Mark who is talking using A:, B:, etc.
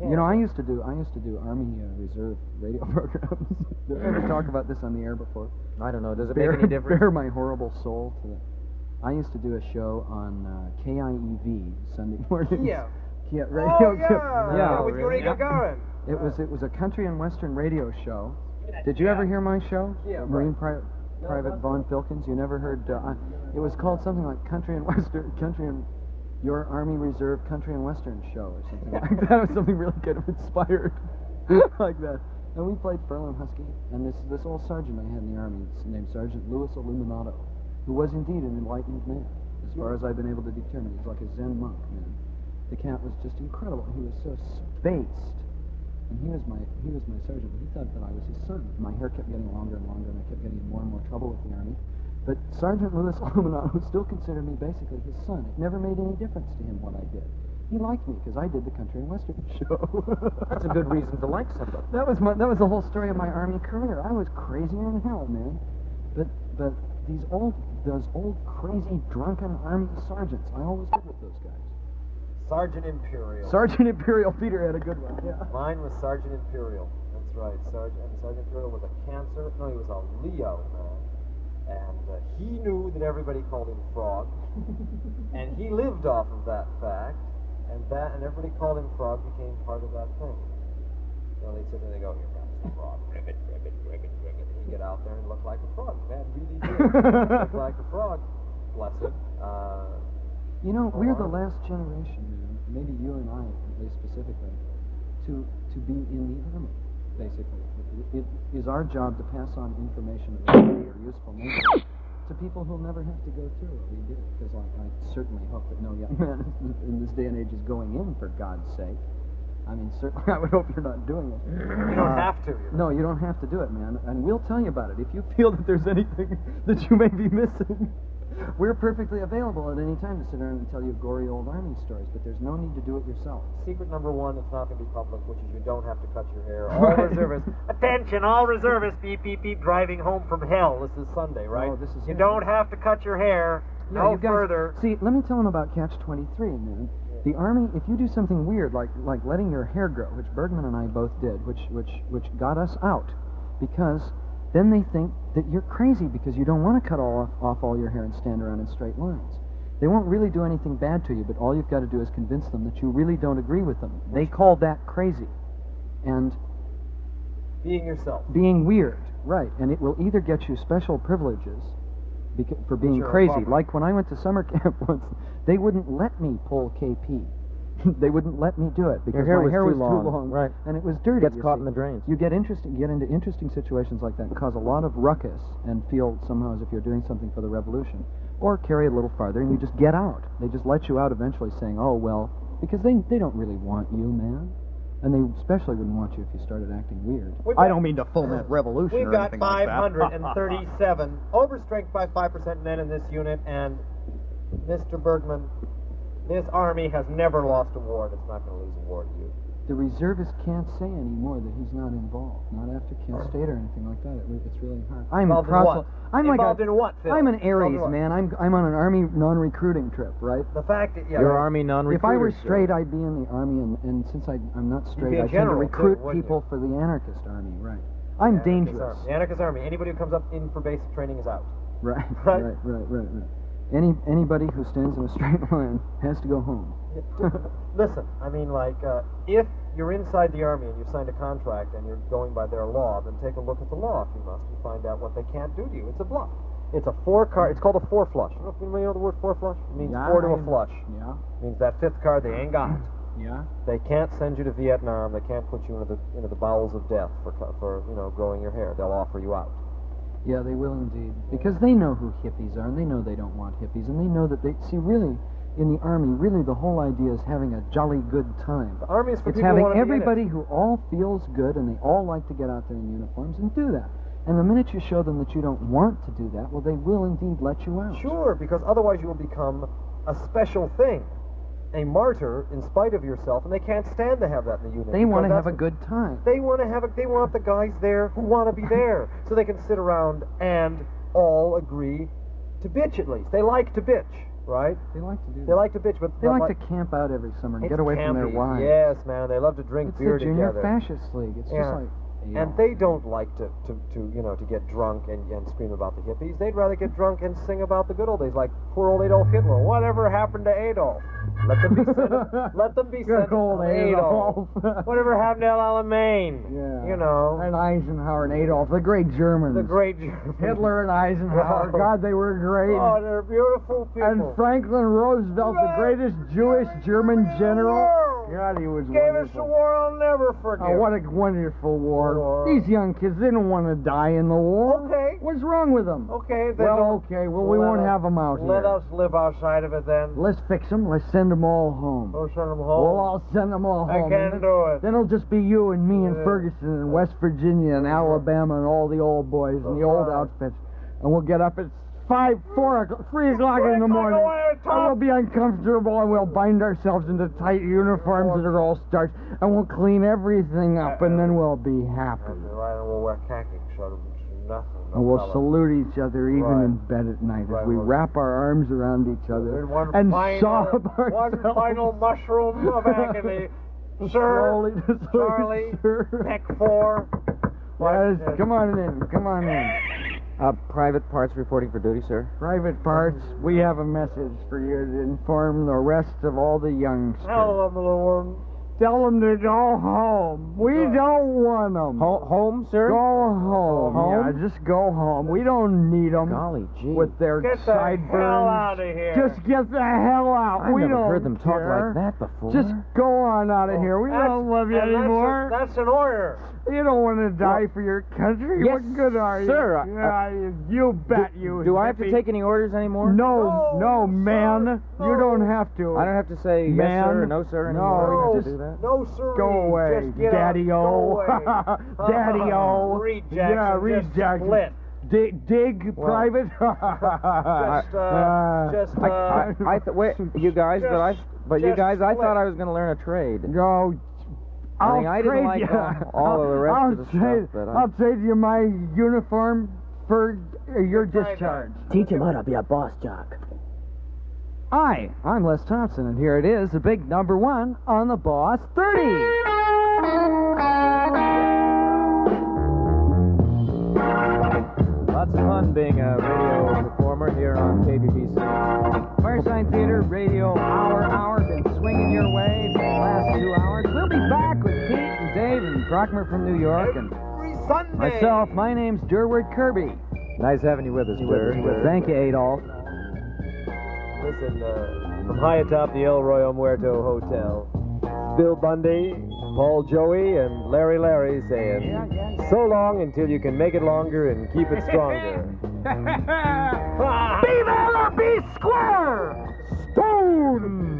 A: You know, I used to do I used to do Army uh, Reserve radio programs. Did I ever talk about this on the air before?
B: I don't know. Does it
A: bear,
B: make any difference?
A: bear my horrible soul to the. I used to do a show on uh, KIEV Sunday mornings. Kia-
C: Kiev. Oh,
A: radio.
C: yeah.
A: Kiev.
B: Yeah.
C: With
B: really?
C: Yuri
B: Yeah.
C: Gagarin.
A: It was it was a country and western radio show. Did you ever hear my show,
C: Yeah,
A: Marine Pri- Private Vaughn Filkins? You never heard. Uh, I- it was called something like Country and Western, Country and Your Army Reserve Country and Western Show or something like that. It was something really kind of inspired like that. And we played Furlong Husky, and this this old sergeant I had in the army, it's named Sergeant Louis Illuminato, who was indeed an enlightened man, as far as I've been able to determine. He's like a Zen monk, man. The cat was just incredible. He was so spaced. And he was my he was my sergeant, but he thought that I was his son. My hair kept getting longer and longer, and I kept getting in more and more trouble with the army. But Sergeant Louis Illuminato still considered me basically his son. It never made any difference to him what I did. He liked me because I did the country and western show.
B: That's a good reason to like somebody.
A: That was my that was the whole story of my army career. I was crazier than hell, man. But but these old those old crazy drunken army sergeants, I always did with those guys.
C: Sergeant Imperial.
A: Sergeant Imperial Peter had a good one. Yeah.
C: Mine was Sergeant Imperial. That's right. Sergeant and Sergeant Imperial was a Cancer. No, he was a Leo man, and uh, he knew that everybody called him Frog, and he lived off of that fact, and that and everybody called him Frog became part of that thing. So they sit there and they go, "Here, man, it's a frog, ribbit, ribbit, ribbit, ribbit." And he get out there and look like a frog. Man, really did look like a frog. Bless him. Uh,
A: You know, we're the
C: Or-
A: last generation, man, maybe you and I, at least specifically, to, to be in the army, basically. It, it is our job to pass on information of value or useful nature to people who'll never have to go through what we did. Because, like, I certainly hope that no young man in this day and age is going in, for God's sake. I mean, certainly, I would hope you're not doing it. Uh,
C: you don't have to. You know.
A: No, you don't have to do it, man. And we'll tell you about it. If you feel that there's anything that you may be missing, we're perfectly available at any time to sit around and tell you gory old army stories, but there's no need to do it yourself.
C: Secret number one that's not going to be public, which is you don't have to cut your hair. All reservists, attention, all reservists, beep, beep, beep, driving home from hell. This is Sunday,
A: Oh,
C: right?
A: this is
C: you
A: it.
C: don't have to cut your hair.
A: Yeah,
C: no
A: you guys-
C: further.
A: See, let me tell them about Catch 23, man. The army, if you do something weird like like letting your hair grow, which Bergman and I both did, which which which got us out, because then they think that you're crazy because you don't want to cut all off, off all your hair and stand around in straight lines. They won't really do anything bad to you, but all you've got to do is convince them that you really don't agree with them. They call that crazy, and
C: Being yourself.
A: being weird, right? And it will either get you special privileges becau- for being
C: are a
A: crazy.
C: bummer.
A: Like when I went to summer camp once, they wouldn't let me pull KP. they wouldn't let me do it because
B: hair
A: my
B: was
A: hair
B: too
A: was
B: long,
A: too long,
B: right.
A: And it was dirty.
B: Gets
A: you
B: caught
A: see.
B: in the drains.
A: You get interesting, get into interesting situations like that, and cause a lot of ruckus, and feel somehow as if you're doing something for the revolution, or carry it a little farther, and you just get out. They just let you out eventually, saying, "Oh well," because they they don't really want you, man. And they especially wouldn't want you if you started acting weird.
C: We've
D: I
C: got-
D: don't mean to foment revolution
C: We've
D: or
C: got
D: anything like that.
C: 537 overstrength by 5% men in this unit, and Mr. Bergman, this army has never lost a war, and it's not going to lose a war to you.
A: the reservist can't say anymore that he's not involved, not after Kent State or anything like that. It, re- it's really hard. I'm
C: Involved in
A: prosel-
C: what?
A: I'm
C: Involved
A: like
C: in
A: a,
C: what, Phil?
A: I'm an
C: Involved in
A: Aries
C: what?
A: man. I'm I'm on an army non-recruiting trip, right?
C: The fact that, yeah.
B: Your army non
A: If I were straight, I'd be in the army, and, and since I, I'm not straight,
C: be
A: I
C: a
A: tend to
C: general, too,
A: recruit
C: wouldn't
A: people for the anarchist army, right? I'm
C: Anarchist
A: dangerous,
C: Army. The Anarchist Army. Anybody who comes up in for basic training is out.
A: right?
C: Right.
A: Right, right, right, right. Any anybody who stands in a straight line has to go home.
C: Listen, I mean, like, uh, if you're inside the army and you've signed a contract and you're going by their law, then take a look at the law if you must and find out what they can't do to you. It's a bluff. It's a four card. It's called a four flush. You know, if you know the word four flush? It means
A: Yeah,
C: four to
A: I-
C: a flush.
A: Yeah,
C: It means that fifth card they ain't got.
A: yeah.
C: They can't send you to Vietnam. They can't put you into the into the bowels of death for co- for you know growing your hair. They'll offer you out.
A: Yeah, they will indeed. Because they know who hippies are, and they know they don't want hippies, and they know that they see really in the army, really the whole idea is having a jolly good time.
C: The army is for
A: It's
C: people who
A: having
C: want to
A: everybody who all feels good, and they all like to get out there in uniforms and do that. And the minute you show them that you don't want to do that, well, they will indeed let you out.
C: Sure, because otherwise you will become a special thing, a martyr in spite of yourself, and they can't stand to have that in the unit.
A: They want
C: because
A: to have a good
C: that's-
A: time.
C: They want to have a. They want the guys there who want to be there, so they can sit around and all agree to bitch at least. They like to bitch. right?
A: They like to do
C: They
A: that.
C: like to bitch, but
A: They
C: but
A: like
C: like-
A: to camp out every summer and
C: It's
A: get away from their
C: campy.
A: wives.
C: Yes, man. They love to drink
A: It's
C: beer
A: the junior
C: together.
A: fascist league. It's
C: Yeah.
A: just like
C: And they don't like to, to, to you know to get drunk and, and scream about the hippies. They'd rather get drunk and sing about the good old days, like poor old Adolf Hitler. Whatever happened to Adolf? Let them be sent. let them be
A: Good
C: sent.
A: old Adolf.
C: Whatever happened to Alamein?
A: Yeah.
C: You know
A: and Eisenhower and Adolf, the great Germans.
C: the great German.
A: Hitler and Eisenhower.
C: Oh.
A: God, they were great.
C: Oh, they're beautiful people.
A: and Franklin Roosevelt, the greatest Jewish German general.
C: world.
A: God, he was
C: Gave us a
A: wonderful.
C: war I'll never forget.
A: Oh, what a wonderful war.
C: War.
A: These young kids didn't want to die in the war.
C: Okay.
A: What's wrong with them?
C: Okay, then
A: Well, okay. Well, we
C: Let
A: won't
C: us-
A: have them out
C: let
A: here.
C: us live outside of it then.
A: Let's fix them. Let's send them all home.
C: Or send them
A: Well,
C: home.
A: I'll send them all
C: I
A: home.
C: can't
A: and
C: do it.
A: Then it'll just be you and me and
C: Yeah.
A: Ferguson and West Virginia and Alabama and all the old boys and the old outfits. And we'll get up at five, four, o'clock, three o'clock in the
C: o'clock,
A: morning.
C: I wanna
A: And
C: talk.
A: we'll be uncomfortable and we'll bind ourselves into tight uniforms that are all starched. And we'll clean everything up and then we'll be happy.
C: That's right, and we'll wear khaki, so nothing. No
A: And we'll
C: color.
A: salute each other even
C: Right.
A: in bed at night
C: Right,
A: as we
C: well-
A: wrap our arms around each other
C: And one
A: and
C: final,
A: sob
C: one
A: ourselves.
C: final mushroom of agony.
A: Slowly,
C: Sir,
A: slowly,
C: Charlie,
A: sir.
C: Peck Four.
A: Yes, come on in, come on in.
B: Uh, private parts reporting for duty, sir.
A: Private Parts, we have a message for you to inform the rest of all the youngsters.
C: Hello, I'm a little worm.
A: Tell them to go home. We don't want them.
B: home, sir?
A: Go home.
B: home?
A: Yeah, just go home. We don't need them
B: Golly gee.
A: with their
C: Get the
A: sideburns.
C: hell out of here.
A: Just get the hell out.
B: I've
A: we
B: never
A: don't
B: heard them talk
A: care.
B: like that before.
A: Just go on out of here. We
C: Oh, That's-
A: don't love you
C: and that's a-
A: anymore.
C: That's, an order.
A: You don't want to die for your country.
B: Yes,
A: what good are you?
B: sir, I-
A: Yeah, you- you bet you.
B: Do I have to
A: hippie.
B: take any orders anymore?
A: No, no,
C: No,
A: man.
C: sir,
A: You
C: no.
A: don't have to.
B: I don't have to say
A: Man.
B: yes, sir, or no, sir,
A: No,
B: anymore. I don't have
A: just-
B: to do that.
C: No, sir.
A: Go away,
C: Just get out.
A: Daddy O.
C: Go away.
A: Daddy O.
C: Reed Jackson,
A: Yeah, Reed
C: just
A: Jackson.
C: split.
A: Dig, dig private.
C: Just, uh,
A: Uh,
C: just, uh,
B: I, I, I th- wait, you guys, but I, but you
C: just
B: guys, I thought
C: split.
B: I was going to learn a trade.
A: Go. I'll
B: mean, I didn't
A: trade
B: like
A: you.
B: all- all of the rest
A: I'll
B: of the stuff,
A: trade-
B: but I-
A: I'll trade you my uniform for uh, your discharge.
D: Teach him how to be a boss jock.
A: Hi, I'm Les Thompson, and here it is, the big number one on the Boss 30.
B: Lots of fun being a radio performer here on KBBC.
A: Fireside Theater Radio Hour Hour. Been swinging your way for the last two hours. We'll be back with Pete and Dave and Brockmer from New York and
C: Every Sunday.
A: myself. My name's Durward Kirby.
B: Nice having you with us, Dirk.
A: Thank you, Adolf.
C: Listen, uh, from high atop the El Royo Muerto Hotel, Bill Bundy, Paul Joey, and Larry Larry saying, So long until you can make it longer and keep it stronger.
A: Be there or be square! Stone!